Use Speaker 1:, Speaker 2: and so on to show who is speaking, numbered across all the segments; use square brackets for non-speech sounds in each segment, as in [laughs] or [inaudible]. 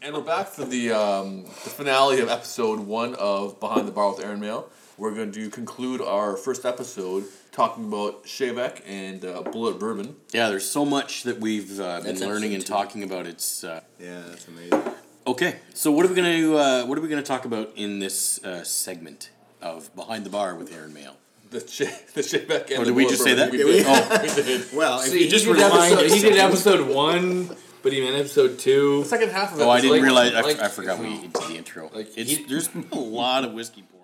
Speaker 1: And we're back for the um, the finale of episode one of Behind the Bar with Aaron Mail. We're going to conclude our first episode talking about Shevek and uh, Bullet Bourbon.
Speaker 2: Yeah, there's so much that we've uh, been
Speaker 3: That's episode
Speaker 2: learning and
Speaker 3: two.
Speaker 2: talking about. It's uh,
Speaker 3: Yeah, that's amazing.
Speaker 2: okay. So what are we gonna uh, what are we gonna talk about in this uh, segment of Behind the Bar with Aaron Mail?
Speaker 1: The She- the Shevek and
Speaker 2: Or
Speaker 1: the
Speaker 2: did we
Speaker 1: Bullet
Speaker 2: just say
Speaker 1: Bourbon.
Speaker 2: that?
Speaker 1: We
Speaker 2: Did
Speaker 1: Oh, did.
Speaker 2: we? Oh.
Speaker 1: we did.
Speaker 3: Well, if
Speaker 4: See,
Speaker 3: you just
Speaker 4: he did
Speaker 3: rewind,
Speaker 4: episode- he
Speaker 3: just a
Speaker 4: did
Speaker 3: second-
Speaker 4: episode one, but
Speaker 1: Oh.
Speaker 4: he meant episode two.
Speaker 1: The second half of it.
Speaker 2: Oh, I
Speaker 1: was
Speaker 2: didn't
Speaker 1: like-
Speaker 2: realize. I,
Speaker 4: like-
Speaker 2: I forgot we did the intro.
Speaker 4: Like,
Speaker 2: it's,
Speaker 4: he-
Speaker 2: there's a lot of whiskey pouring.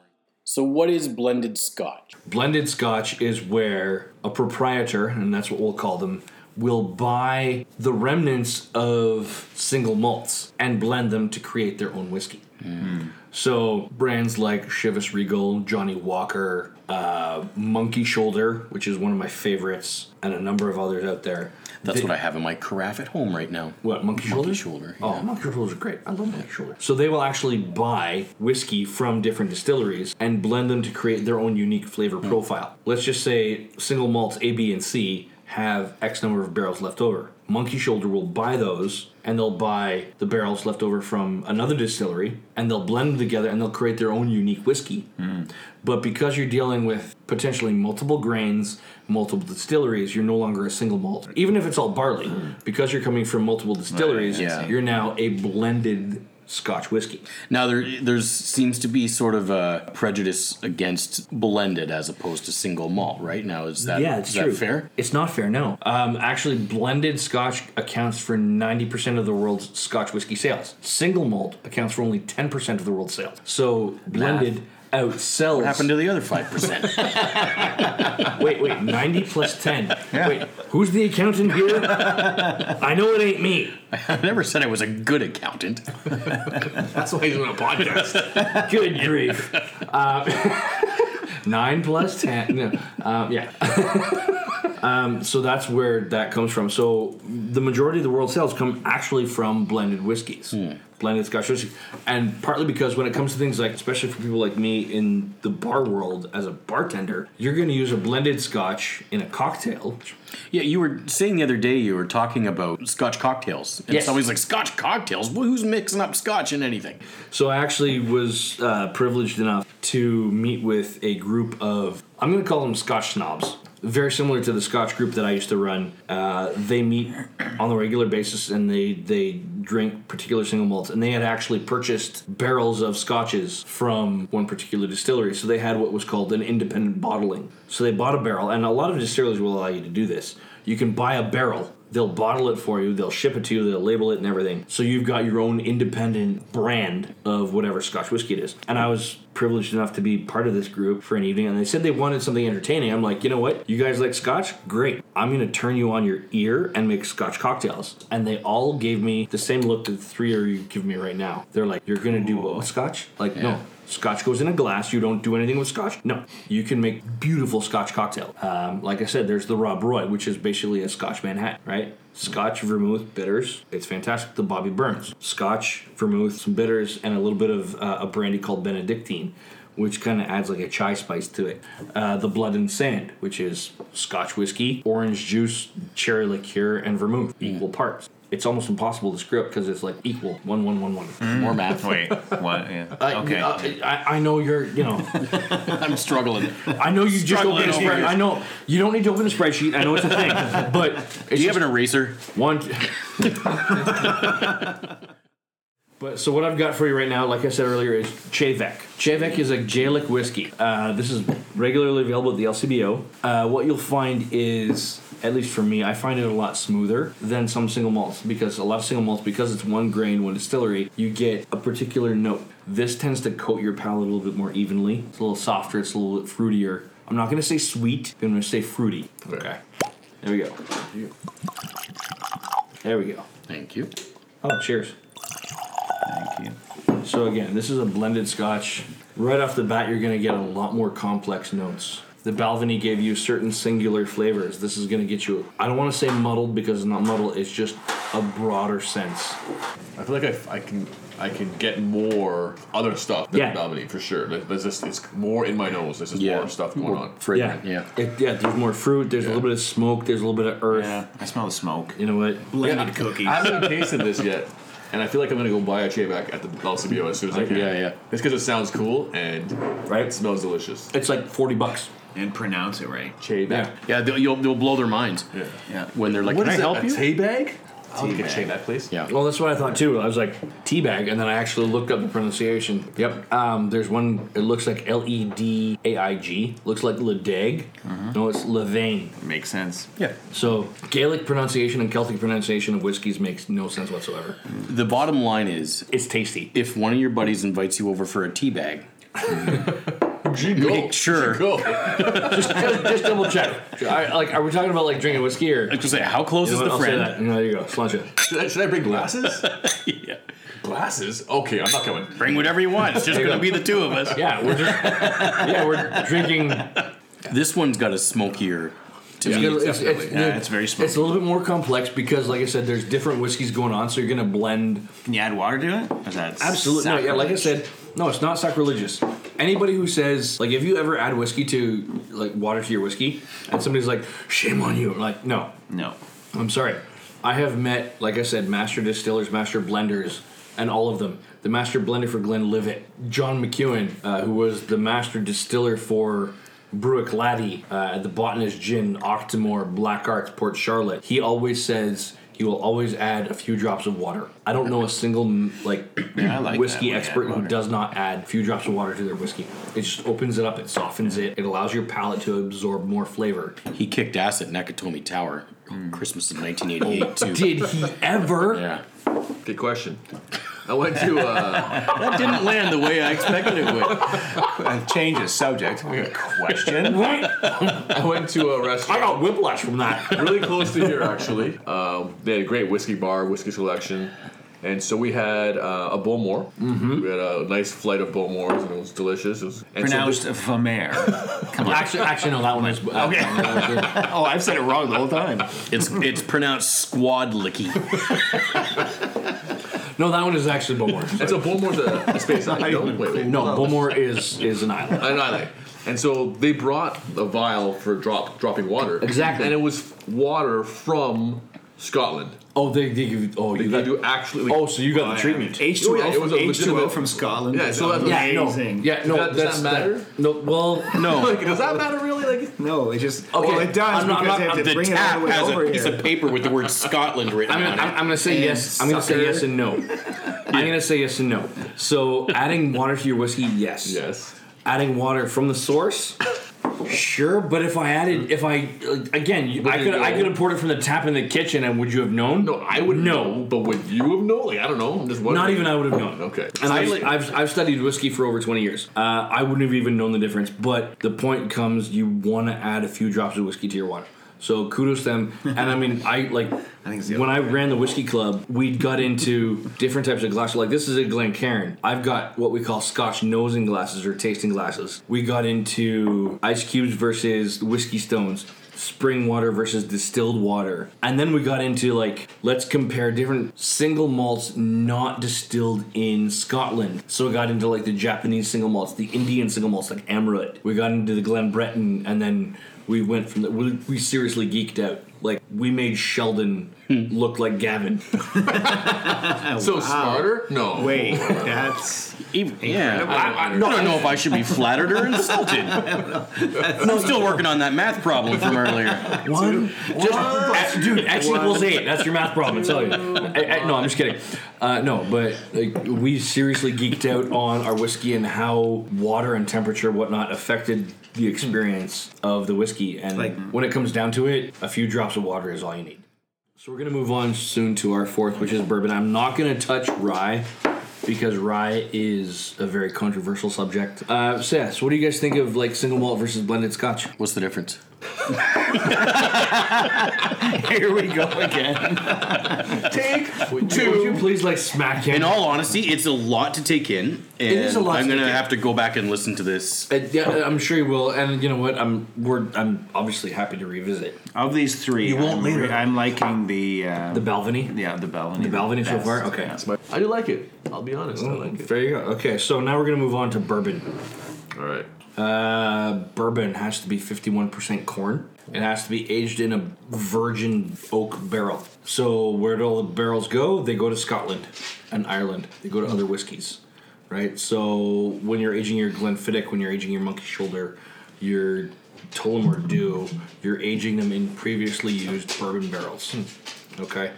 Speaker 2: So what is blended scotch?
Speaker 5: Blended scotch is where a proprietor, and that's what we'll call them, will buy the remnants of single malts and blend them to create their own whiskey. So brands like Chivas Regal, Johnny Walker, uh, Monkey Shoulder, which is one of my favorites, and a number of others out there.
Speaker 2: That's what I have in my carafe at home right now.
Speaker 5: What monkey shoulder?
Speaker 2: Monkey shoulder,
Speaker 5: Oh,
Speaker 2: yeah.
Speaker 5: monkey shoulders are great. I love monkey shoulder. So they will actually buy whiskey from different distilleries and blend them to create their own unique flavor profile. Let's just say single malts A, B, and C have X number of barrels left over. Monkey Shoulder will buy those, and they'll buy the barrels left over from another distillery, and they'll blend them together, and they'll create their own unique whiskey. But because you're dealing with potentially multiple grains, multiple distilleries, you're no longer a single malt. Even if it's all barley, because you're coming from multiple distilleries,
Speaker 2: yeah.
Speaker 5: you're now a blended Scotch whiskey.
Speaker 2: Now there there's seems to be sort of a prejudice against blended as opposed to single malt. Right now is that
Speaker 5: yeah, it's
Speaker 2: is that
Speaker 5: true.
Speaker 2: fair?
Speaker 5: It's not fair. No. Um, actually, blended Scotch accounts for ninety percent of the world's Scotch whiskey sales. Single malt accounts for only ten percent of the world's sales. So blended outsells.
Speaker 2: What happened to the other five percent? [laughs]
Speaker 5: Wait, wait, 90
Speaker 2: [laughs]
Speaker 5: plus 10. Wait, who's the accountant here? I know it ain't me.
Speaker 2: I never said I was a good accountant.
Speaker 5: That's why he's on a podcast. [laughs] Good grief. Uh, [laughs] nine plus ten. No, um, yeah. [laughs] um, so that's where that comes from. So the majority of the world's sales come actually from blended whiskeys. Blended Scotch whiskey, and partly because when it comes to things like, especially for people like me in the bar world as a bartender, you're going to use a blended Scotch in a cocktail,
Speaker 2: Yeah, you were saying the other day you were talking about Scotch cocktails, and
Speaker 5: Yes.
Speaker 2: somebody's like, "Scotch cocktails? Well, who's mixing up Scotch in anything?"
Speaker 5: So I actually was uh, privileged enough to meet with a group of, I'm going to call them Scotch snobs. Very similar to the Scotch group that I used to run. Uh, they meet on a regular basis and they, they drink particular single malts. And they had actually purchased barrels of scotches from one particular distillery. So they had what was called an independent bottling. So they bought a barrel, and a lot of distilleries will allow you to do this. You can buy a barrel They'll bottle it for you. They'll ship it to you. They'll label it and everything. So you've got your own independent brand of whatever Scotch whiskey it is. And I was privileged enough to be part of this group for an evening. And they said they wanted something entertaining. I'm like, you know what? You guys like Scotch? Great. I'm gonna turn you on your ear and make Scotch cocktails. And they all gave me the same look that the three are you give me right now. They're like, you're gonna do what with Scotch? Like, no. Scotch goes in a glass. You don't do anything with Scotch. No, you can make beautiful Scotch cocktail. Um, like I said, there's the Rob Roy, which is basically a Scotch Manhattan, right? Scotch, vermouth, bitters. It's fantastic. The Bobby Burns. Scotch, vermouth, some bitters, and a little bit of uh, a brandy called Benedictine, which kind of adds like a chai spice to it. Uh, the Blood and Sand, which is Scotch whiskey, orange juice, cherry liqueur, and vermouth, equal parts. It's almost impossible to screw up because it's like equal one one one one.
Speaker 2: More math.
Speaker 6: Wait, what? Yeah.
Speaker 5: I-
Speaker 6: okay.
Speaker 5: I, I, I know you're, you know,
Speaker 2: [laughs] I'm struggling.
Speaker 5: I know you just
Speaker 2: Struggling
Speaker 5: opened a
Speaker 2: over
Speaker 5: spreadsheet.
Speaker 2: it.
Speaker 5: I know you don't need to open a spreadsheet. I know it's
Speaker 2: [laughs]
Speaker 5: a thing, but
Speaker 2: Do
Speaker 5: it's
Speaker 2: you
Speaker 5: just
Speaker 2: have an eraser?
Speaker 5: one. but so what I've got for you right now, like I said earlier, is Chevek. Chevek is a Gaelic whiskey. Uh, this is regularly available at the LCBO. Uh, what you'll find is, at least for me, I find it a lot smoother than some single malts because a lot of single malts, because it's one grain, one distillery, you get a particular note. This tends to coat your palate a little bit more evenly. It's a little softer. It's a little bit fruitier. I'm not going to say sweet. I'm going to say fruity. Okay. There we go. There we go.
Speaker 2: Thank you.
Speaker 5: Oh, cheers.
Speaker 6: Thank you.
Speaker 5: So again, this is a blended scotch. Right off the bat, you're going to get a lot more complex notes. The Balvenie gave you certain singular flavors. This is going to get you, I don't want to say muddled because it's not muddled, it's just a broader sense.
Speaker 1: I feel like I, I can I can get more other stuff than
Speaker 5: Yeah.
Speaker 1: Dominique for sure. Like, there's just it's more in my nose. There's just
Speaker 2: Yeah.
Speaker 1: more stuff going on.
Speaker 2: Fragrant. Yeah.
Speaker 5: It, yeah, there's more fruit, there's a little bit of smoke, there's a little bit of earth.
Speaker 6: Yeah, I smell the smoke.
Speaker 5: You know what?
Speaker 2: Blended cookies.
Speaker 1: I haven't tasted this yet. and I feel like I'm gonna go buy a Chayback at the LCBO as soon as I can.
Speaker 2: Yeah, yeah.
Speaker 1: It's because it sounds cool and
Speaker 5: Right.
Speaker 1: it smells delicious.
Speaker 5: It's like forty bucks.
Speaker 6: And pronounce it right.
Speaker 1: Chayback.
Speaker 2: Yeah, they'll, you'll, they'll blow their minds
Speaker 1: Yeah.
Speaker 6: Yeah.
Speaker 2: when they're like,
Speaker 1: What
Speaker 2: "Can I
Speaker 1: is it,
Speaker 2: help
Speaker 1: a
Speaker 2: you?"
Speaker 1: Tea bag? I'll
Speaker 6: Tea
Speaker 1: get
Speaker 6: bag.
Speaker 1: Chayback, please.
Speaker 2: yeah.
Speaker 5: Well, that's what I thought too. I was like teabag, and then I actually looked up the pronunciation. Yep. Um, there's one. It looks like L E D A I G. Looks like Ledag.
Speaker 6: Mm-hmm.
Speaker 5: No, it's Levain.
Speaker 6: Makes sense.
Speaker 2: Yeah.
Speaker 5: So Gaelic pronunciation and Celtic pronunciation of whiskeys makes no sense whatsoever.
Speaker 2: The bottom line is,
Speaker 5: It's tasty.
Speaker 2: if one of your buddies invites you over for a tea bag,
Speaker 1: Jingo.
Speaker 2: Make sure.
Speaker 1: Jingo.
Speaker 5: just, just double check. [laughs] I, like, are we talking about like drinking whiskey or?
Speaker 6: Uh,
Speaker 2: I was gonna say, how close
Speaker 5: You know
Speaker 2: is
Speaker 5: what,
Speaker 2: the
Speaker 5: I'll say
Speaker 2: friend?
Speaker 5: that. No, there you go. Slunch it.
Speaker 1: Should I, should I bring glasses?
Speaker 2: [laughs] yeah.
Speaker 1: [laughs] glasses? Okay, I'm not coming.
Speaker 2: Bring whatever you want. It's just
Speaker 5: you
Speaker 2: gonna
Speaker 5: go.
Speaker 2: be the two of us.
Speaker 5: Yeah,
Speaker 6: [laughs]
Speaker 5: we're just, yeah we're drinking. It's,
Speaker 2: This one's got a smokier. To me,
Speaker 5: gonna- it's, it's,
Speaker 6: Yeah, it's very smoky.
Speaker 5: It's a little bit more complex because, like I said, there's different whiskeys going on, so you're gonna blend.
Speaker 6: Can you add water to it? Or is that
Speaker 5: Absolutely, no, yeah. Like I
Speaker 6: sacrilege?
Speaker 5: said, no, it's not sacrilegious. Anybody who says like, if you ever add whiskey to like water to your whiskey, and somebody's like, shame on you. I'm like, no,
Speaker 6: No.
Speaker 5: I'm sorry. I have met, like I said, master distillers, master blenders, and all of them. The master blender for Glenlivet, John McEwen, uh, who was the master distiller for Bruick Laddie, uh, the Botanist Gin, Octomore, Black Arts, Port Charlotte. He always says he will always add a few drops of water. I don't know a single mm, like,
Speaker 6: Yeah, I like that
Speaker 5: whiskey
Speaker 6: when they add
Speaker 5: expert who
Speaker 6: water.
Speaker 5: does not add a few drops of water to their whiskey. It just opens it up, it softens it, it allows your palate to absorb more flavor.
Speaker 2: he kicked ass at Nakatomi Tower, Christmas of 1988 too.
Speaker 5: Did he ever?
Speaker 2: Yeah.
Speaker 1: Good question. I went to [laughs] uh,
Speaker 2: That didn't land the way I expected it would.
Speaker 6: Uh, change the subject. Question.
Speaker 5: Right?
Speaker 1: I went to a
Speaker 5: I
Speaker 1: restaurant
Speaker 5: got whiplash from
Speaker 1: [laughs]
Speaker 5: that.
Speaker 1: really close to here actually. Um, they had a great whiskey bar, whiskey selection, and so we had uh, a Bowmore. We had a nice flight of Bowmores, and it was delicious. It was and so
Speaker 6: Pronounced Vomare. Come on.
Speaker 5: actually, actually, no, that one is. Uh, okay.
Speaker 6: Oh, I've said it wrong the whole time.
Speaker 2: It's it's pronounced squad licky.
Speaker 5: [laughs] no, that one is actually Bowmore.
Speaker 1: It's a Bowmore's a, a space island. no, wait, wait,
Speaker 5: No, Bowmore is is
Speaker 1: [laughs]
Speaker 5: an island.
Speaker 1: an island. And so they brought a vial for drop dropping water.
Speaker 5: Exactly.
Speaker 1: And it was water from Scotland.
Speaker 5: Oh, they, they give you. Oh,
Speaker 1: They,
Speaker 5: you
Speaker 1: they
Speaker 5: got,
Speaker 1: do actually.
Speaker 5: oh, so you got the treatment.
Speaker 6: H2O,
Speaker 1: Oh, yeah, it was a
Speaker 6: H2O
Speaker 1: legitimate-
Speaker 6: from Scotland.
Speaker 1: Yeah, so that's-
Speaker 5: Yeah, no,
Speaker 6: amazing.
Speaker 5: yeah,
Speaker 1: Does that-
Speaker 5: no.
Speaker 1: does
Speaker 5: that's,
Speaker 1: that matter?
Speaker 5: no, well,
Speaker 1: [laughs] Like, does that matter really? Like,
Speaker 6: No, it just.
Speaker 5: Okay,
Speaker 6: well, it does
Speaker 5: I'm not-
Speaker 6: because
Speaker 5: I'm
Speaker 6: they
Speaker 5: not-
Speaker 6: have to
Speaker 2: The
Speaker 6: bring it all
Speaker 2: tap
Speaker 6: the way
Speaker 2: has
Speaker 6: over
Speaker 2: a piece
Speaker 6: here.
Speaker 2: of paper with the word Scotland written
Speaker 5: I'm gonna,
Speaker 2: on
Speaker 5: I'm,
Speaker 2: it.
Speaker 5: I'm gonna say
Speaker 6: And
Speaker 5: yes. I'm gonna say
Speaker 6: sucker.
Speaker 5: yes and no. I'm gonna say yes and no. So adding water to your whiskey, yes.
Speaker 1: yes.
Speaker 5: Adding water from the source, sure. But if I added, if I like, again, you- I
Speaker 1: you
Speaker 5: could I
Speaker 1: go-
Speaker 5: could have poured it from the tap in the kitchen, and would you have known?
Speaker 1: No, I would
Speaker 5: No.
Speaker 1: know, but would you have known? Like, I don't know. I'm just wondering.
Speaker 5: Not even I would have known.
Speaker 1: Okay.
Speaker 5: And I've,
Speaker 1: Like-
Speaker 5: I've, I've studied whiskey for over 20 years. Uh, I wouldn't have even known the difference. But the point comes you want to add a few drops of whiskey to your water. So kudos to them. And I mean, I like,
Speaker 6: think it's the
Speaker 5: when I
Speaker 6: other
Speaker 5: ran the whiskey club, we got into different types of glasses. Like this is a Glencairn. I've got what we call Scotch nosing glasses or tasting glasses. We got into ice cubes versus whiskey stones. Spring water versus distilled water. And then we got into like, let's compare different single malts not distilled in Scotland. So we got into like the Japanese single malts, the Indian single malts, like Amaret. We got into the Glenbreton, and then we went from the, we, we seriously geeked out. Like, we made Sheldon look like Gavin.
Speaker 1: So smarter? No. [laughs]
Speaker 6: Wait,
Speaker 5: [laughs]
Speaker 6: that's.
Speaker 2: Even, yeah. I,
Speaker 1: I- I-
Speaker 2: I don't know if I should be flattered or [laughs] insulted. I'm still working on that math problem from earlier.
Speaker 5: One, just, dude, X equals eight. That's your math problem. I tell you. I- I- no, I'm just kidding. Uh, no, but like, we seriously geeked out on our whiskey and how water and temperature and whatnot affected the experience of the whiskey. And
Speaker 6: Like-
Speaker 5: when it comes down to it, a few drops of water is all you need. So we're gonna move on soon to our fourth, which is bourbon. I'm not gonna touch rye because rye is a very controversial subject. Uh, Sess, what do you guys think of like single malt versus blended Scotch?
Speaker 2: What's the difference?
Speaker 6: Here we go again.
Speaker 1: Take
Speaker 5: Would
Speaker 1: two.
Speaker 5: you please like smack him?
Speaker 2: In all honesty, it's a lot to take in, and
Speaker 5: is a lot
Speaker 2: I'm
Speaker 5: to
Speaker 2: gonna
Speaker 5: take in.
Speaker 2: have to go back and listen to this.
Speaker 5: Uh, yeah, I'm sure you will. And you know what? I'm we're I'm obviously happy to revisit
Speaker 6: Of these three, you
Speaker 5: won't
Speaker 6: I'm,
Speaker 5: later.
Speaker 6: re- I'm liking the. Uh,
Speaker 5: the Balvenie.
Speaker 6: yeah, the Balvenie.
Speaker 5: The Balvenie so
Speaker 6: best.
Speaker 5: far. Okay.
Speaker 1: I do like it. I'll be honest. I like it.
Speaker 5: There you go. Okay, so now we're gonna move on to bourbon.
Speaker 1: All right.
Speaker 5: Uh, bourbon has to be 51% corn. It has to be aged in a virgin oak barrel. So where do all the barrels go? They go to Scotland and Ireland. They go to other whiskeys, right? So when you're aging your Glenfiddich, when you're aging your Monkey Shoulder, your Tullamore Dew, you're aging them in previously used bourbon barrels. Okay,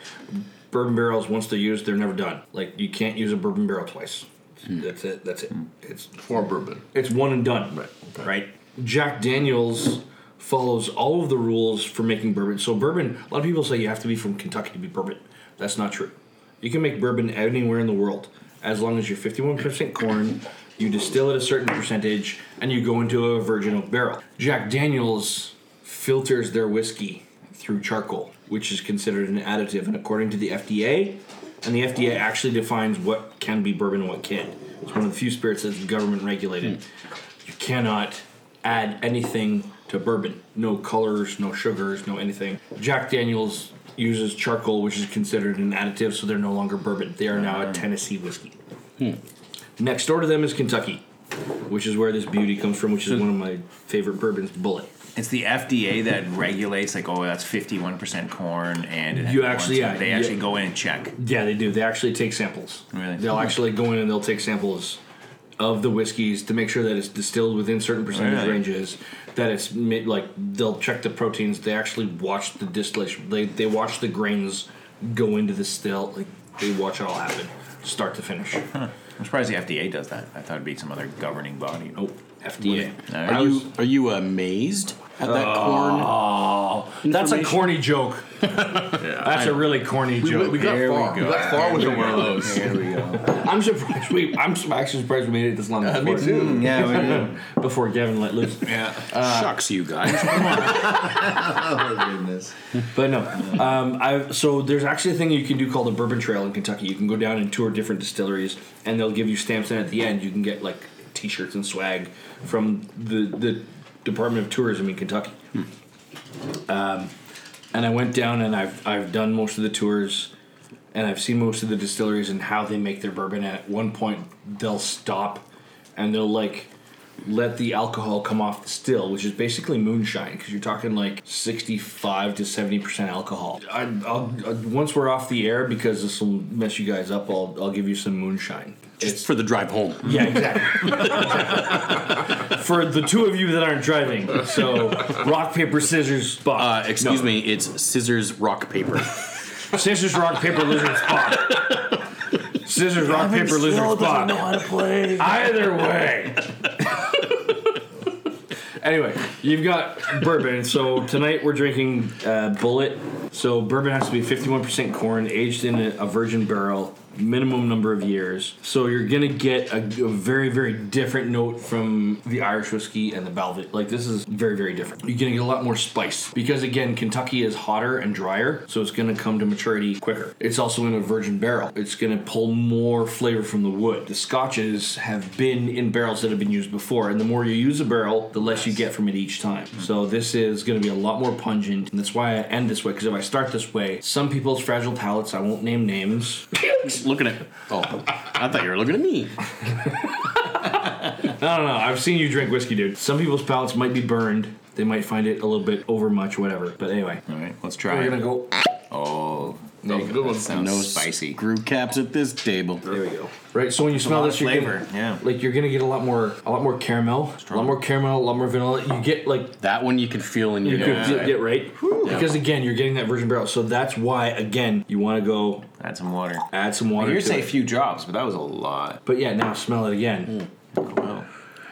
Speaker 5: bourbon barrels once they're used, they're never done. Like you can't use a bourbon barrel twice. That's it. That's it. It's
Speaker 1: For bourbon.
Speaker 5: it's one and done. Right. Right. Jack Daniels follows all of the rules for making bourbon. So bourbon, a lot of people say you have to be from Kentucky to be bourbon. That's not true. You can make bourbon anywhere in the world as long as you're 51% corn, you distill it a certain percentage, and you go into a virgin oak barrel. Jack Daniels filters their whiskey through charcoal, which is considered an additive, and according to the FDA, and the FDA actually defines what can be bourbon and what can't. It's one of the few spirits that's government regulated. You cannot add anything to bourbon. No colors, no sugars, no anything. Jack Daniels uses charcoal, which is considered an additive, so they're no longer bourbon. They are now a Tennessee whiskey. Next door to them is Kentucky, which is where this beauty comes from, which is one of my favorite bourbons, Bullet.
Speaker 6: It's the FDA that regulates, like, oh, that's 51% corn, and it
Speaker 5: You
Speaker 6: had
Speaker 5: actually-
Speaker 6: corn, so
Speaker 5: yeah,
Speaker 6: they
Speaker 5: yeah.
Speaker 6: actually go in and check.
Speaker 5: Yeah, they do. They actually take samples.
Speaker 6: Really?
Speaker 5: They'll actually go in and they'll take samples of the whiskeys to make sure that it's distilled within certain percentage
Speaker 6: Really?
Speaker 5: ranges. That it's made, like they'll check the proteins. They actually watch the distillation. They they watch the grains go into the still. Like they watch it all happen, start to finish.
Speaker 6: I'm surprised the FDA does that. I thought it'd be some other governing body.
Speaker 5: Oh, FDA.
Speaker 6: No,
Speaker 2: Are you are you amazed at that corn?
Speaker 5: Oh. That's a
Speaker 2: Information-
Speaker 1: [laughs]
Speaker 5: corny joke. That's a really corny
Speaker 1: We,
Speaker 5: joke.
Speaker 1: we got
Speaker 6: There we
Speaker 1: far. We,
Speaker 6: go.
Speaker 1: got far with
Speaker 6: There we
Speaker 1: one of
Speaker 6: go.
Speaker 1: those.
Speaker 6: There we go.
Speaker 5: [laughs] I'm surprised. We, I'm su- actually surprised we made it this long.
Speaker 1: Uh, me
Speaker 5: before-
Speaker 1: too.
Speaker 5: [laughs]
Speaker 6: yeah, we do.
Speaker 5: Before Gavin let loose.
Speaker 2: Shucks, you guys.
Speaker 3: Oh, goodness.
Speaker 5: But no, um, I so there's actually a thing you can do called the Bourbon Trail in Kentucky. You can go down and tour different distilleries, and they'll give you stamps. And at the end, you can get like T-shirts and swag from the the Department of Tourism in Kentucky. Um, and I went down and I've I've done most of the tours, and I've seen most of the distilleries and how they make their bourbon. And at one point, they'll stop, and they'll like let the alcohol come off the still, which is basically moonshine because you're talking like 65 to 70 percent alcohol. I, I'll, uh once we're off the air, because this will mess you guys up, I'll, I'll give you some moonshine.
Speaker 2: [laughs] Just for the drive home.
Speaker 5: Yeah, exactly. For the two of you that aren't driving, so rock paper scissors
Speaker 2: Uh,
Speaker 5: spot.
Speaker 2: excuse me, it's scissors, rock, [laughs] paper.
Speaker 5: Scissors rock paper lizard spot. Scissors rock paper lizard spot. [laughs] Either way. anyway, you've got bourbon. So tonight we're drinking uh, Bullet. So bourbon has to be 51% corn, aged in a, a virgin barrel, minimum number of years. So you're gonna get a, a very, very different note from the Irish whiskey and the Velvet. Like this is very, very different. You're gonna get a lot more spice because again, Kentucky is hotter and drier, so it's gonna come to maturity quicker. It's also in a virgin barrel. It's gonna pull more flavor from the wood. The Scotches have been in barrels that have been used before, and the more you use a barrel, the less you get from it each time. So this is going to be a lot more pungent, and that's why I end this way. Because if I start this way, some people's fragile palates, I won't name names. [laughs]
Speaker 2: looking at. Oh, I thought you were looking at me.
Speaker 5: I don't know. I've seen you drink whiskey, dude. Some people's palates might be burned. They might find it a little bit over much, whatever. But anyway,
Speaker 6: All right, let's try
Speaker 5: we're
Speaker 6: it.
Speaker 5: gonna go.
Speaker 6: Oh,
Speaker 1: That was a good
Speaker 6: that
Speaker 1: one.
Speaker 6: sounds
Speaker 2: No
Speaker 6: spicy.
Speaker 2: screw caps at this table.
Speaker 5: There we go. Right. So when you smell
Speaker 6: lot
Speaker 5: this,
Speaker 6: of
Speaker 5: you're
Speaker 6: flavor,
Speaker 5: gonna-
Speaker 6: yeah.
Speaker 5: Like you're gonna get a lot more, a lot more caramel, a lot more caramel, a lot more vanilla. You get like
Speaker 2: That one you can feel in your
Speaker 5: You could
Speaker 2: nose.
Speaker 5: get- get right because again you're getting that virgin barrel, so that's why again you want to go
Speaker 6: Add some water.
Speaker 5: add some water.
Speaker 6: You're
Speaker 5: to
Speaker 6: saying a
Speaker 5: it.
Speaker 6: few drops, but that was a lot.
Speaker 5: but yeah, now smell it
Speaker 6: Hmm.
Speaker 5: again.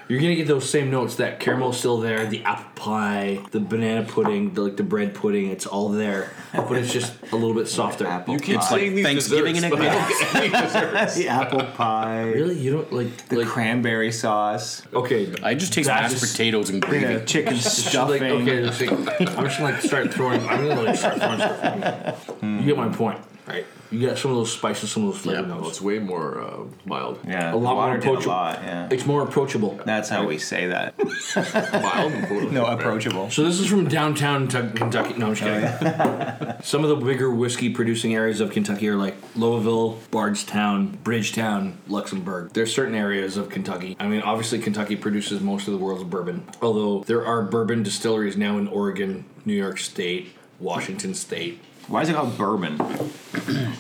Speaker 5: You're gonna get those same notes. That caramel's still there, the apple pie, the banana pudding, the, like the bread pudding. It's all there, but it's just a little bit softer.
Speaker 3: Apple
Speaker 1: Keep
Speaker 3: pie.
Speaker 1: saying these
Speaker 2: Thanksgiving
Speaker 1: desserts,
Speaker 2: in
Speaker 1: but I don't get any desserts.
Speaker 3: the apple pie.
Speaker 5: Really, you don't like
Speaker 6: The
Speaker 5: like
Speaker 6: cranberry sauce.
Speaker 5: okay.
Speaker 2: I just taste
Speaker 5: That
Speaker 2: mashed
Speaker 5: is-
Speaker 2: potatoes and gravy.
Speaker 6: The chicken
Speaker 5: Like,
Speaker 6: stuffing.
Speaker 5: okay, let's see. I'm just gonna, like start throwing. I'm gonna like start throwing. stuff. You get my point. Right. You got some of those spices, some of those flavor
Speaker 2: Yeah,
Speaker 1: Well,
Speaker 5: notes.
Speaker 1: it's way more uh, mild.
Speaker 6: Yeah,
Speaker 5: A lot more
Speaker 6: water did
Speaker 5: approachable.
Speaker 6: A lot, yeah.
Speaker 5: It's more approachable.
Speaker 6: That's how we say that.
Speaker 1: Mild. and potent.
Speaker 6: no, approachable.
Speaker 5: So this is from downtown Tu- Kentucky. No, I'm just kidding. Some of the bigger whiskey producing areas of Kentucky are like Louisville, Bardstown, Bridgetown, Luxembourg. There's certain areas of Kentucky. I mean, obviously Kentucky produces most of the world's bourbon, although there are bourbon distilleries now in Oregon, New York State, Washington State,
Speaker 6: Why is it called bourbon?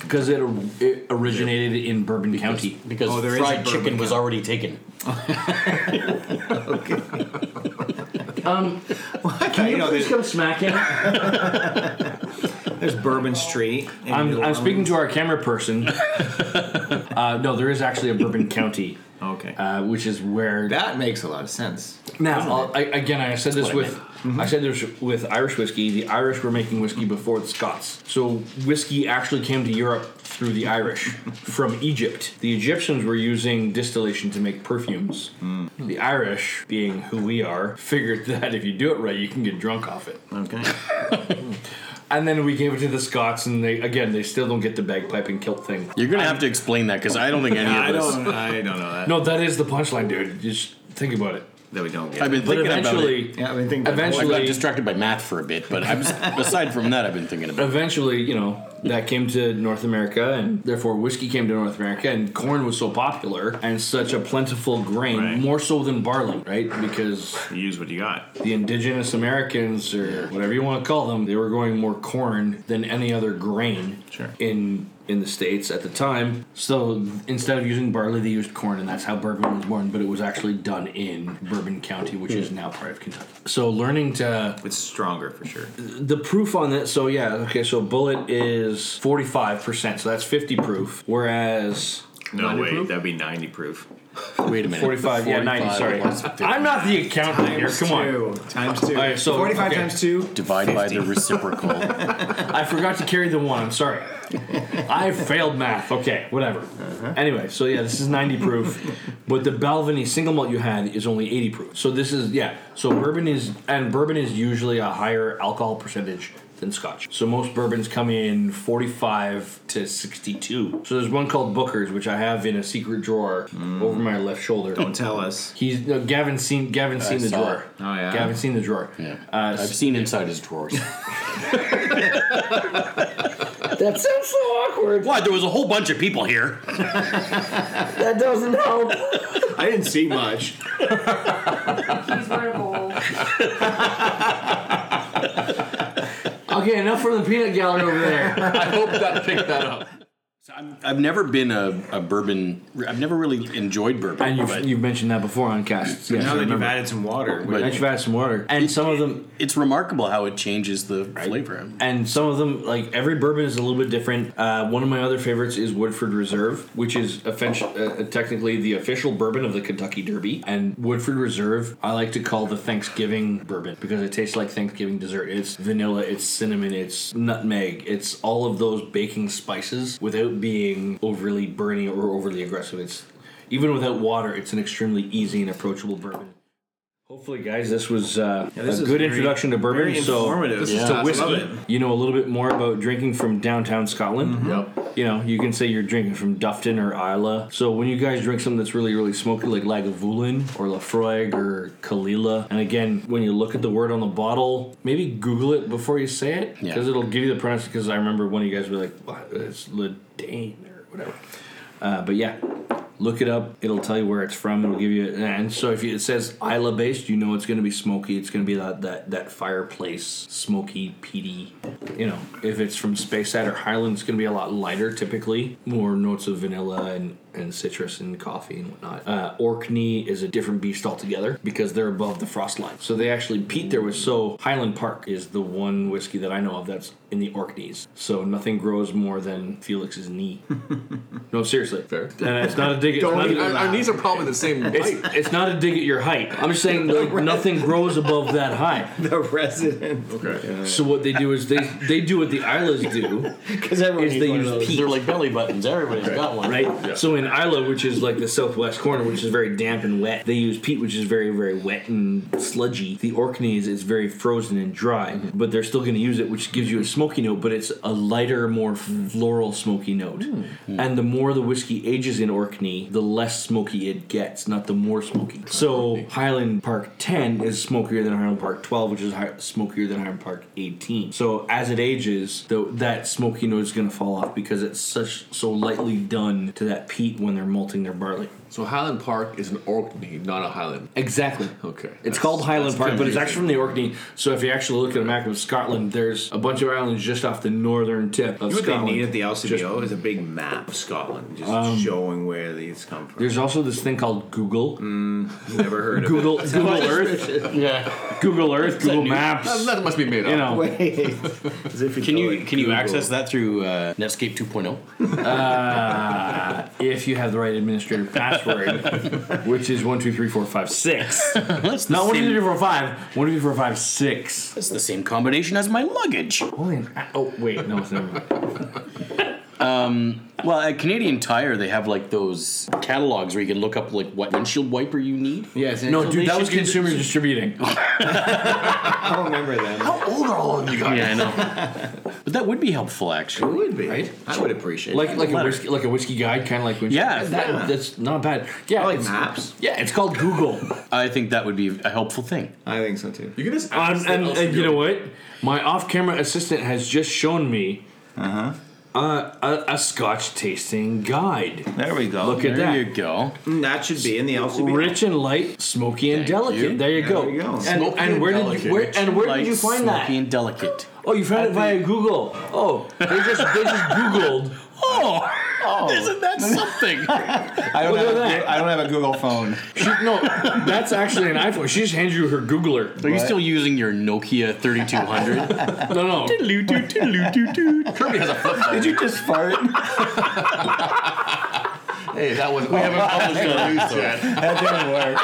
Speaker 5: because it, it originated in Bourbon County.
Speaker 2: Because
Speaker 4: Oh, there is a
Speaker 2: fried
Speaker 4: bourbon
Speaker 2: chicken was already taken.
Speaker 5: Can you
Speaker 6: know,
Speaker 5: please
Speaker 6: there's-
Speaker 5: come smacking?
Speaker 6: There's Bourbon Street.
Speaker 5: I'm, I'm speaking to our camera person. uh, no, there is actually a Bourbon County,
Speaker 6: Okay.
Speaker 5: uh, which is where
Speaker 3: That makes a lot of sense.
Speaker 5: Now, i I, again, I said this with I said this with Irish whiskey. The Irish were making whiskey before the Scots, so whiskey actually came to Europe through the Irish from Egypt. The Egyptians were using distillation to make perfumes. The Irish, being who we are, figured [laughs] that if you do it right, you can get drunk off it.
Speaker 3: Okay.
Speaker 5: And then we gave it to the Scots, and they again they still don't get the bagpipe and kilt thing.
Speaker 2: You're gonna have to explain that because I don't think any
Speaker 3: I
Speaker 2: of us.
Speaker 3: don't. I don't know that.
Speaker 5: No, that is the punchline, dude. Just think about it.
Speaker 3: That we don't get.
Speaker 2: I've been
Speaker 5: But
Speaker 2: thinking about it.
Speaker 5: eventually,
Speaker 3: yeah, I mean, think about it.
Speaker 5: Eventually-
Speaker 2: I got distracted by math for a bit, but I'm, [laughs] aside from that, I've been thinking about. it.
Speaker 5: eventually, you know, that came to North America, and therefore whiskey came to North America, and corn was so popular and such a plentiful grain,
Speaker 6: Right.
Speaker 5: more so than barley, right? Because
Speaker 6: You use what you got.
Speaker 5: the indigenous Americans, or whatever you want to call them, they were growing more corn than any other grain
Speaker 6: Sure.
Speaker 5: in in the states at the time. So instead of using barley, they used corn, and that's how bourbon was born. But it was actually done in Bourbon County, which is now part of Kentucky. So learning to
Speaker 3: It's stronger for sure.
Speaker 5: the proof on that, so yeah, okay, so bullet is 45%, so that's 50 proof. Whereas
Speaker 3: No way. That'd be ninety proof.
Speaker 2: Wait a minute.
Speaker 5: 45, yeah, 90, sorry. Ah,
Speaker 2: was 50.
Speaker 5: I'm not the accountant here, come on.
Speaker 3: Times two.
Speaker 5: All right, so,
Speaker 6: 45
Speaker 5: okay.
Speaker 6: times 2.
Speaker 2: Divide by the
Speaker 5: [laughs]
Speaker 2: reciprocal.
Speaker 5: I forgot to carry the one, I'm sorry. I failed math, okay, whatever. Anyway, so yeah, this is 90 proof, but the Balvenie single malt you had is only 80 proof. So this is, yeah, so bourbon is, and bourbon is usually a higher alcohol percentage. Than scotch. So most bourbons come in 45 to 62. So there's one called Booker's, which I have in a secret drawer over my left shoulder.
Speaker 3: Don't tell us.
Speaker 5: He's no, Gavin's seen Gavin's seen the
Speaker 2: saw
Speaker 5: drawer.
Speaker 2: it.
Speaker 3: Oh, yeah?
Speaker 5: Gavin's seen the drawer.
Speaker 2: Yeah.
Speaker 5: Uh,
Speaker 2: I've seen inside his
Speaker 5: [laughs]
Speaker 2: drawers.
Speaker 5: that sounds so awkward.
Speaker 2: What? There was a whole bunch of people here.
Speaker 5: That doesn't help.
Speaker 3: I didn't see much.
Speaker 7: He's wearable.
Speaker 5: okay, enough from the peanut gallery over there.
Speaker 1: I hope that picked that up.
Speaker 2: I've never been a, a bourbon. I've never really enjoyed bourbon.
Speaker 5: And
Speaker 2: but
Speaker 5: you've, you've mentioned that before on casts. Yes,
Speaker 3: Now
Speaker 5: I
Speaker 3: that you've
Speaker 5: remember.
Speaker 3: added some water,
Speaker 2: But-
Speaker 5: I should add some water. And some of them,
Speaker 2: it's remarkable how it changes the flavor.
Speaker 5: and some of them, like every bourbon is a little bit different. Uh, one of my other favorites is Woodford Reserve, which is offens- uh, uh, technically the official bourbon of the Kentucky Derby. And Woodford Reserve, I like to call the Thanksgiving bourbon because it tastes like Thanksgiving dessert. It's vanilla, it's cinnamon, it's nutmeg, it's all of those baking spices without being overly burning or overly aggressive. It's even without water, it's an extremely easy and approachable bourbon. Hopefully, guys, this was uh,
Speaker 3: this
Speaker 5: a
Speaker 3: is
Speaker 5: good
Speaker 3: very-
Speaker 5: introduction to bourbon.
Speaker 3: very
Speaker 5: so
Speaker 3: informative. This is
Speaker 5: to
Speaker 3: Yeah.
Speaker 5: whiskey.
Speaker 3: I love it.
Speaker 5: You know a little bit more about drinking from downtown Scotland. Yep. You know, you can say you're drinking from Dufton or Isla. So when you guys drink something that's really, really smoky, like Lagavulin or Lafroig or Kalila, and again, when you look at the word on the bottle, maybe Google it before you say it
Speaker 2: Yeah.
Speaker 5: because it'll give you the pronunciation. Because I remember one of you guys were like, what? "It's Ladane or whatever." Uh, but yeah, look it up. It'll tell you where it's from. It'll give you and so if you, it says Isla based, you know it's going to be smoky. It's going to be that that that fireplace smoky peaty. You know, if it's from Speyside or Highland, it's going to be a lot lighter typically. More notes of vanilla and and citrus and coffee and whatnot. Uh, Orkney is a different beast altogether because they're above the frost line. So they actually Pete there was so Highland Park is the one whiskey that I know of that's in the Orkneys. So nothing grows more than Felix's knee. [laughs] No, seriously.
Speaker 1: Fair.
Speaker 5: And it's not a dig. It's not
Speaker 1: Our,
Speaker 5: a,
Speaker 1: our knees are probably the same height.
Speaker 5: it's, it's not a dig at your height. I'm just saying like, nothing grows above that high.
Speaker 3: the resident.
Speaker 5: So what they do is they they do what the Islas do
Speaker 3: Because everyone
Speaker 5: is they use peat,
Speaker 2: like belly buttons. Everybody's got one.
Speaker 5: right? So in in Isla, which is like the southwest corner, which is very damp and wet, they use peat, which is very, very wet and sludgy. The Orkneys is very frozen and dry, but they're still going to use it, which gives you a smoky note, but it's a lighter, more floral smoky note. And the more the whiskey ages in Orkney, the less smoky it gets, not the more smoky. So Highland Park 10 is smokier than Highland Park 12, which is hi- smokier than Highland Park 18. So as it ages, though, that smoky note is going to fall off because it's such so lightly done to that peat when they're malting their barley.
Speaker 1: So Highland Park is an Orkney, not a Highland.
Speaker 5: Exactly.
Speaker 1: Okay.
Speaker 5: It's called Highland
Speaker 1: that's
Speaker 5: Park, but it's
Speaker 1: confusing.
Speaker 5: actually from the Orkney. So if you actually look at a map of Scotland, there's a bunch of islands just off the northern tip of
Speaker 6: You know what they
Speaker 5: Scotland.
Speaker 6: need at the LCBO is a big map of Scotland, just showing where these come from.
Speaker 5: There's also this thing called Google,
Speaker 6: Never heard of it.
Speaker 5: Google, Google Earth,
Speaker 2: Yeah.
Speaker 5: Google Earth, Google Maps.
Speaker 1: That must be made up.
Speaker 5: You know,
Speaker 3: [laughs] Wait. As if
Speaker 2: Can you can you access that through uh, Netscape 2.0?
Speaker 5: if you have the right administrative
Speaker 3: [laughs]
Speaker 5: password, which is one two three four five six.
Speaker 2: That's the
Speaker 5: Not one two three
Speaker 2: same,
Speaker 5: four five. One two three four five six.
Speaker 2: that's the same combination as my luggage.
Speaker 5: Only an a- oh wait no it's never.
Speaker 2: Well, at Canadian Tire, they have like those catalogs where you can look up like what windshield wiper you need.
Speaker 3: Yes.
Speaker 5: No,
Speaker 2: they
Speaker 5: dude, that
Speaker 2: should
Speaker 5: was
Speaker 2: do
Speaker 5: consumer distributing.
Speaker 3: [laughs] I don't remember them.
Speaker 1: How old are all of you guys?
Speaker 2: Yeah, I know. but that would be helpful, actually.
Speaker 6: It would be.
Speaker 2: Right?
Speaker 6: I would appreciate
Speaker 5: [laughs] like
Speaker 6: it.
Speaker 5: like a whiskey like a whiskey guide, kind of like when
Speaker 2: Yeah.
Speaker 5: that, that's not bad. Yeah,
Speaker 6: I like
Speaker 5: it's-
Speaker 6: maps.
Speaker 5: Yeah, it's
Speaker 3: [laughs]
Speaker 5: called Google.
Speaker 2: I think that would be a helpful thing.
Speaker 3: I think so too.
Speaker 1: You can just
Speaker 5: Um,
Speaker 1: access
Speaker 5: and,
Speaker 1: the
Speaker 5: and you know
Speaker 1: LCBO.
Speaker 5: what? My off-camera assistant has just shown me uh, a, a Scotch tasting guide.
Speaker 6: There we go. Mm,
Speaker 5: Look at
Speaker 2: there
Speaker 5: that.
Speaker 2: you go.
Speaker 6: that should be in the LCBO.
Speaker 5: Rich and light, smoky and
Speaker 2: Thank
Speaker 5: delicate.
Speaker 2: you.
Speaker 5: There you go.
Speaker 6: There you go.
Speaker 5: And,
Speaker 1: Smoky
Speaker 5: and
Speaker 1: and
Speaker 5: where did
Speaker 1: delicate.
Speaker 5: where, and where
Speaker 2: Light,
Speaker 5: did you find
Speaker 2: smoky
Speaker 5: that?
Speaker 2: and delicate.
Speaker 5: oh, you found it via Google. Oh, they just they just Googled.
Speaker 2: Oh, [laughs] isn't that something?
Speaker 8: I don't,
Speaker 5: Look
Speaker 8: have
Speaker 5: at
Speaker 8: a,
Speaker 5: that.
Speaker 8: Goo- I don't have a Google phone.
Speaker 5: She, no, that's actually an iPhone. She just hands you her Googler.
Speaker 2: Are you still using your Nokia 3200?
Speaker 5: No, no.
Speaker 1: Kirby has
Speaker 8: [laughs]
Speaker 1: a flip phone.
Speaker 8: Did you just fart?
Speaker 1: [laughs] Hey, that was. We haven't published our news yet.
Speaker 8: that didn't work.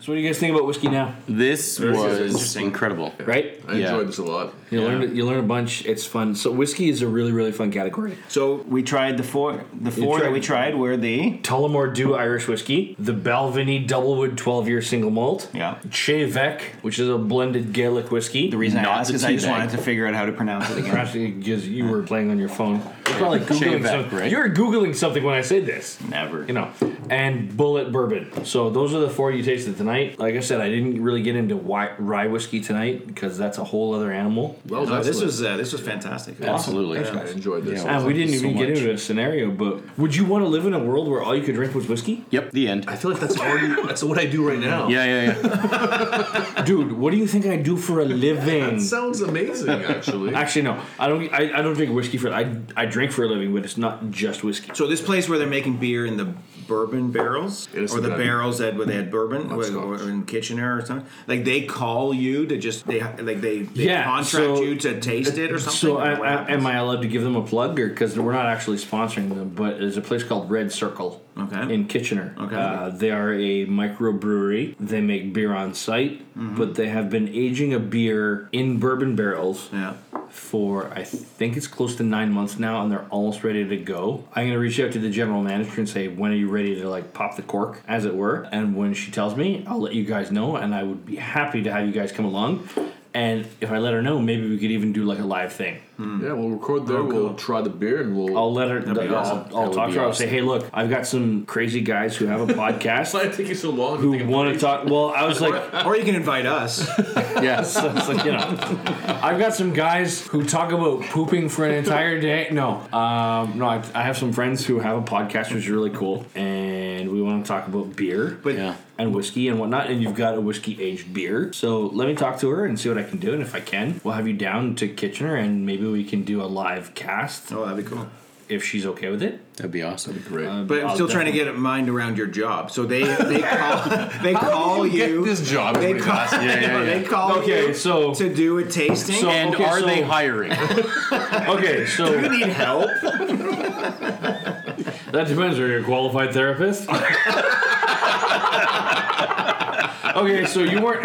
Speaker 5: So what do you guys think about whiskey now?
Speaker 2: this was
Speaker 6: interesting.
Speaker 2: incredible.
Speaker 5: Right?
Speaker 1: I
Speaker 2: Yeah.
Speaker 1: enjoyed this a lot.
Speaker 5: You learn you learn a bunch. It's fun. So whiskey is a really really fun category.
Speaker 6: So
Speaker 8: We tried the four. The four
Speaker 5: tried-
Speaker 8: that we tried were the
Speaker 5: Tullamore Dew Irish whiskey, the Balvenie Doublewood 12 year single malt,
Speaker 8: yeah.
Speaker 5: Chevek, which is a blended Gaelic whiskey.
Speaker 8: The reason
Speaker 2: Not
Speaker 8: I asked
Speaker 2: the
Speaker 8: is I
Speaker 2: tea
Speaker 8: just
Speaker 2: bag.
Speaker 8: wanted to figure out how to pronounce
Speaker 5: [laughs]
Speaker 8: it again.
Speaker 5: Perhaps because you were playing on your phone. You're probably googling
Speaker 2: Chevek,
Speaker 5: something.
Speaker 2: right?
Speaker 5: You're googling something when I say this.
Speaker 8: Never.
Speaker 5: You know, and bullet bourbon. So those are the four you tasted tonight. Like I said, I didn't really get into whi- rye whiskey tonight because that's a whole other animal.
Speaker 1: Well,
Speaker 6: No,
Speaker 1: that's
Speaker 6: this
Speaker 1: what-
Speaker 6: was uh, this was fantastic.
Speaker 2: Absolutely.
Speaker 1: I enjoyed this.
Speaker 5: And we didn't
Speaker 2: so
Speaker 5: even get
Speaker 2: much.
Speaker 5: into a scenario, but would you want to live in a world where all you could drink was whiskey?
Speaker 2: Yep, the end.
Speaker 1: I feel like that's already. that's what I do right now.
Speaker 2: Yeah, yeah, yeah.
Speaker 5: [laughs] Dude, what do you think I do for
Speaker 1: [laughs]
Speaker 5: a living?
Speaker 1: Sounds amazing, actually.
Speaker 5: Actually, no. I don't. I, I don't drink whiskey for. I I drink for a living, but it's not just whiskey.
Speaker 6: So this place where they're making beer in the bourbon barrels,
Speaker 1: It is
Speaker 6: or the
Speaker 1: good.
Speaker 6: barrels that where they had bourbon,
Speaker 1: Not
Speaker 6: or,
Speaker 1: Scotch.
Speaker 6: or in Kitchener or something, like they call you to just they like they, they
Speaker 5: Yeah,
Speaker 6: contract
Speaker 5: so-
Speaker 6: you to taste it or something.
Speaker 5: So,
Speaker 6: or
Speaker 5: I,
Speaker 6: what
Speaker 5: I,
Speaker 6: happens?
Speaker 5: am I allowed to give them a plug, or because we're not actually sponsoring them? But there's a place called Red Circle
Speaker 6: Okay.
Speaker 5: in Kitchener.
Speaker 6: Okay.
Speaker 5: uh, they are a microbrewery. They make beer on site,
Speaker 6: Mm-hmm.
Speaker 5: but they have been aging a beer in bourbon barrels.
Speaker 6: Yeah.
Speaker 5: for I think it's close to nine months now, and they're almost ready to go. I'm gonna reach out to the general manager and say, when are you ready to like pop the cork, as it were? And when she tells me, I'll let you guys know, and I would be happy to have you guys come along. And if I let her know, maybe we could even do like a live thing.
Speaker 1: yeah, we'll record there. we'll try the beer and we'll.
Speaker 5: I'll let her. I'll,
Speaker 1: awesome.
Speaker 5: I'll
Speaker 2: That would
Speaker 5: talk
Speaker 2: be
Speaker 5: to her. I'll
Speaker 2: awesome.
Speaker 5: say, hey, look, I've got some crazy guys who
Speaker 2: [laughs]
Speaker 5: have a podcast
Speaker 1: Why did [laughs] it take you so long?
Speaker 5: who
Speaker 1: think of
Speaker 5: want
Speaker 1: the
Speaker 5: to
Speaker 1: name?
Speaker 5: talk. Well, I was like,
Speaker 6: or you can invite us.
Speaker 5: Yes. So it's like, you know, I've got some guys who talk about pooping for an entire day. No, um, no, I, I have some friends who have a podcast, which is really cool, and we want to talk about beer
Speaker 6: But
Speaker 2: Yeah.
Speaker 5: and whiskey and whatnot. And you've got a whiskey aged beer, so let me talk to her and see what I can do. And if I can, we'll have you down to Kitchener, and maybe we can do a live cast
Speaker 6: oh, that'd be cool.
Speaker 5: if she's okay with it.
Speaker 2: That'd be awesome.
Speaker 1: Great.
Speaker 6: But I'm
Speaker 5: I'll
Speaker 6: still trying to get a mind around your job. So [laughs] they they call they call
Speaker 1: you get
Speaker 6: you.
Speaker 1: this job? is
Speaker 6: They
Speaker 1: what it
Speaker 6: call,
Speaker 1: is.
Speaker 6: they call
Speaker 5: Okay,
Speaker 6: you
Speaker 5: so-
Speaker 6: to do a tasting.
Speaker 5: So-
Speaker 2: And
Speaker 5: Okay,
Speaker 2: are
Speaker 5: so-
Speaker 2: they
Speaker 5: [laughs]
Speaker 2: hiring?
Speaker 5: Okay,
Speaker 6: [laughs]
Speaker 5: so
Speaker 6: you
Speaker 5: [laughs]
Speaker 6: need help.
Speaker 5: That depends. Are you a qualified [laughs] therapist? [laughs] okay, so you weren't.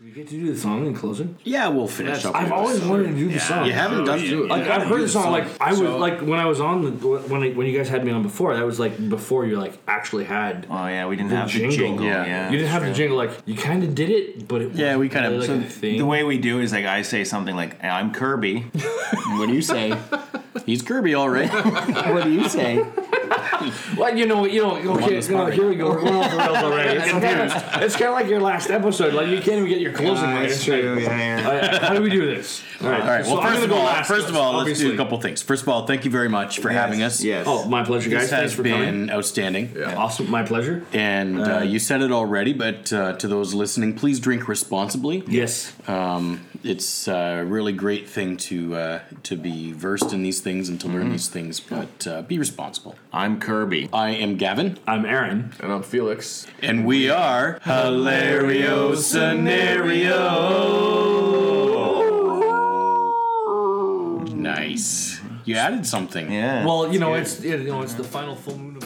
Speaker 5: we get to do the song and closing?
Speaker 2: Yeah, we'll finish up.
Speaker 5: I've
Speaker 2: with
Speaker 5: always
Speaker 2: this.
Speaker 5: wanted to do the song.
Speaker 2: You haven't done
Speaker 6: Absolutely.
Speaker 5: Like
Speaker 2: Yeah.
Speaker 5: I've heard the song. Like I was
Speaker 4: So-
Speaker 5: like when I was on the when I, when you guys had me on before. That was like before you like actually had.
Speaker 6: Oh yeah, we didn't
Speaker 5: The
Speaker 6: have
Speaker 5: jingle.
Speaker 6: the jingle.
Speaker 2: Yeah.
Speaker 6: Yeah,
Speaker 5: you didn't have the jingle. Like you kind of did it, but it
Speaker 2: Yeah,
Speaker 5: wasn't
Speaker 2: we kinda-
Speaker 5: really, like,
Speaker 2: so
Speaker 5: a thing.
Speaker 6: The way we do is like I say something like I'm Kirby.
Speaker 2: What do you
Speaker 5: [laughs]
Speaker 2: say? He's Kirby, all right.
Speaker 8: What do you say?
Speaker 5: Like you know, you know, okay,
Speaker 8: this
Speaker 5: you know,
Speaker 8: party.
Speaker 5: here we go. We're going off the rails already. [laughs] It's kind of like your last episode. Like you can't even get your closing right. It's like,
Speaker 8: yeah,
Speaker 5: all right, how do we do this? All right.
Speaker 2: All right. Well,
Speaker 5: so I'm
Speaker 2: first,
Speaker 5: gonna
Speaker 2: of
Speaker 5: go
Speaker 2: all,
Speaker 5: last,
Speaker 2: first of all, let's do
Speaker 5: obviously.
Speaker 2: a couple things. First of all, thank you very much for having us.
Speaker 8: Yes.
Speaker 5: Oh, my pleasure, guys.
Speaker 2: this
Speaker 5: Thanks
Speaker 2: has
Speaker 5: for coming.
Speaker 2: been outstanding.
Speaker 5: Awesome, my pleasure.
Speaker 2: And uh, you said it already, but uh, to those listening, please drink responsibly.
Speaker 5: Yes.
Speaker 2: Um, it's a really great thing to uh, to be versed in these things and to learn these things, but uh, be responsible.
Speaker 6: I'm Kirby.
Speaker 2: I am Gavin,
Speaker 5: I'm Aaron.
Speaker 4: And I'm Felix.
Speaker 2: and we are Hilario Scenario. Nice. You added something.
Speaker 8: yeah.
Speaker 5: Well, you know, it's you know, it's the final full moon of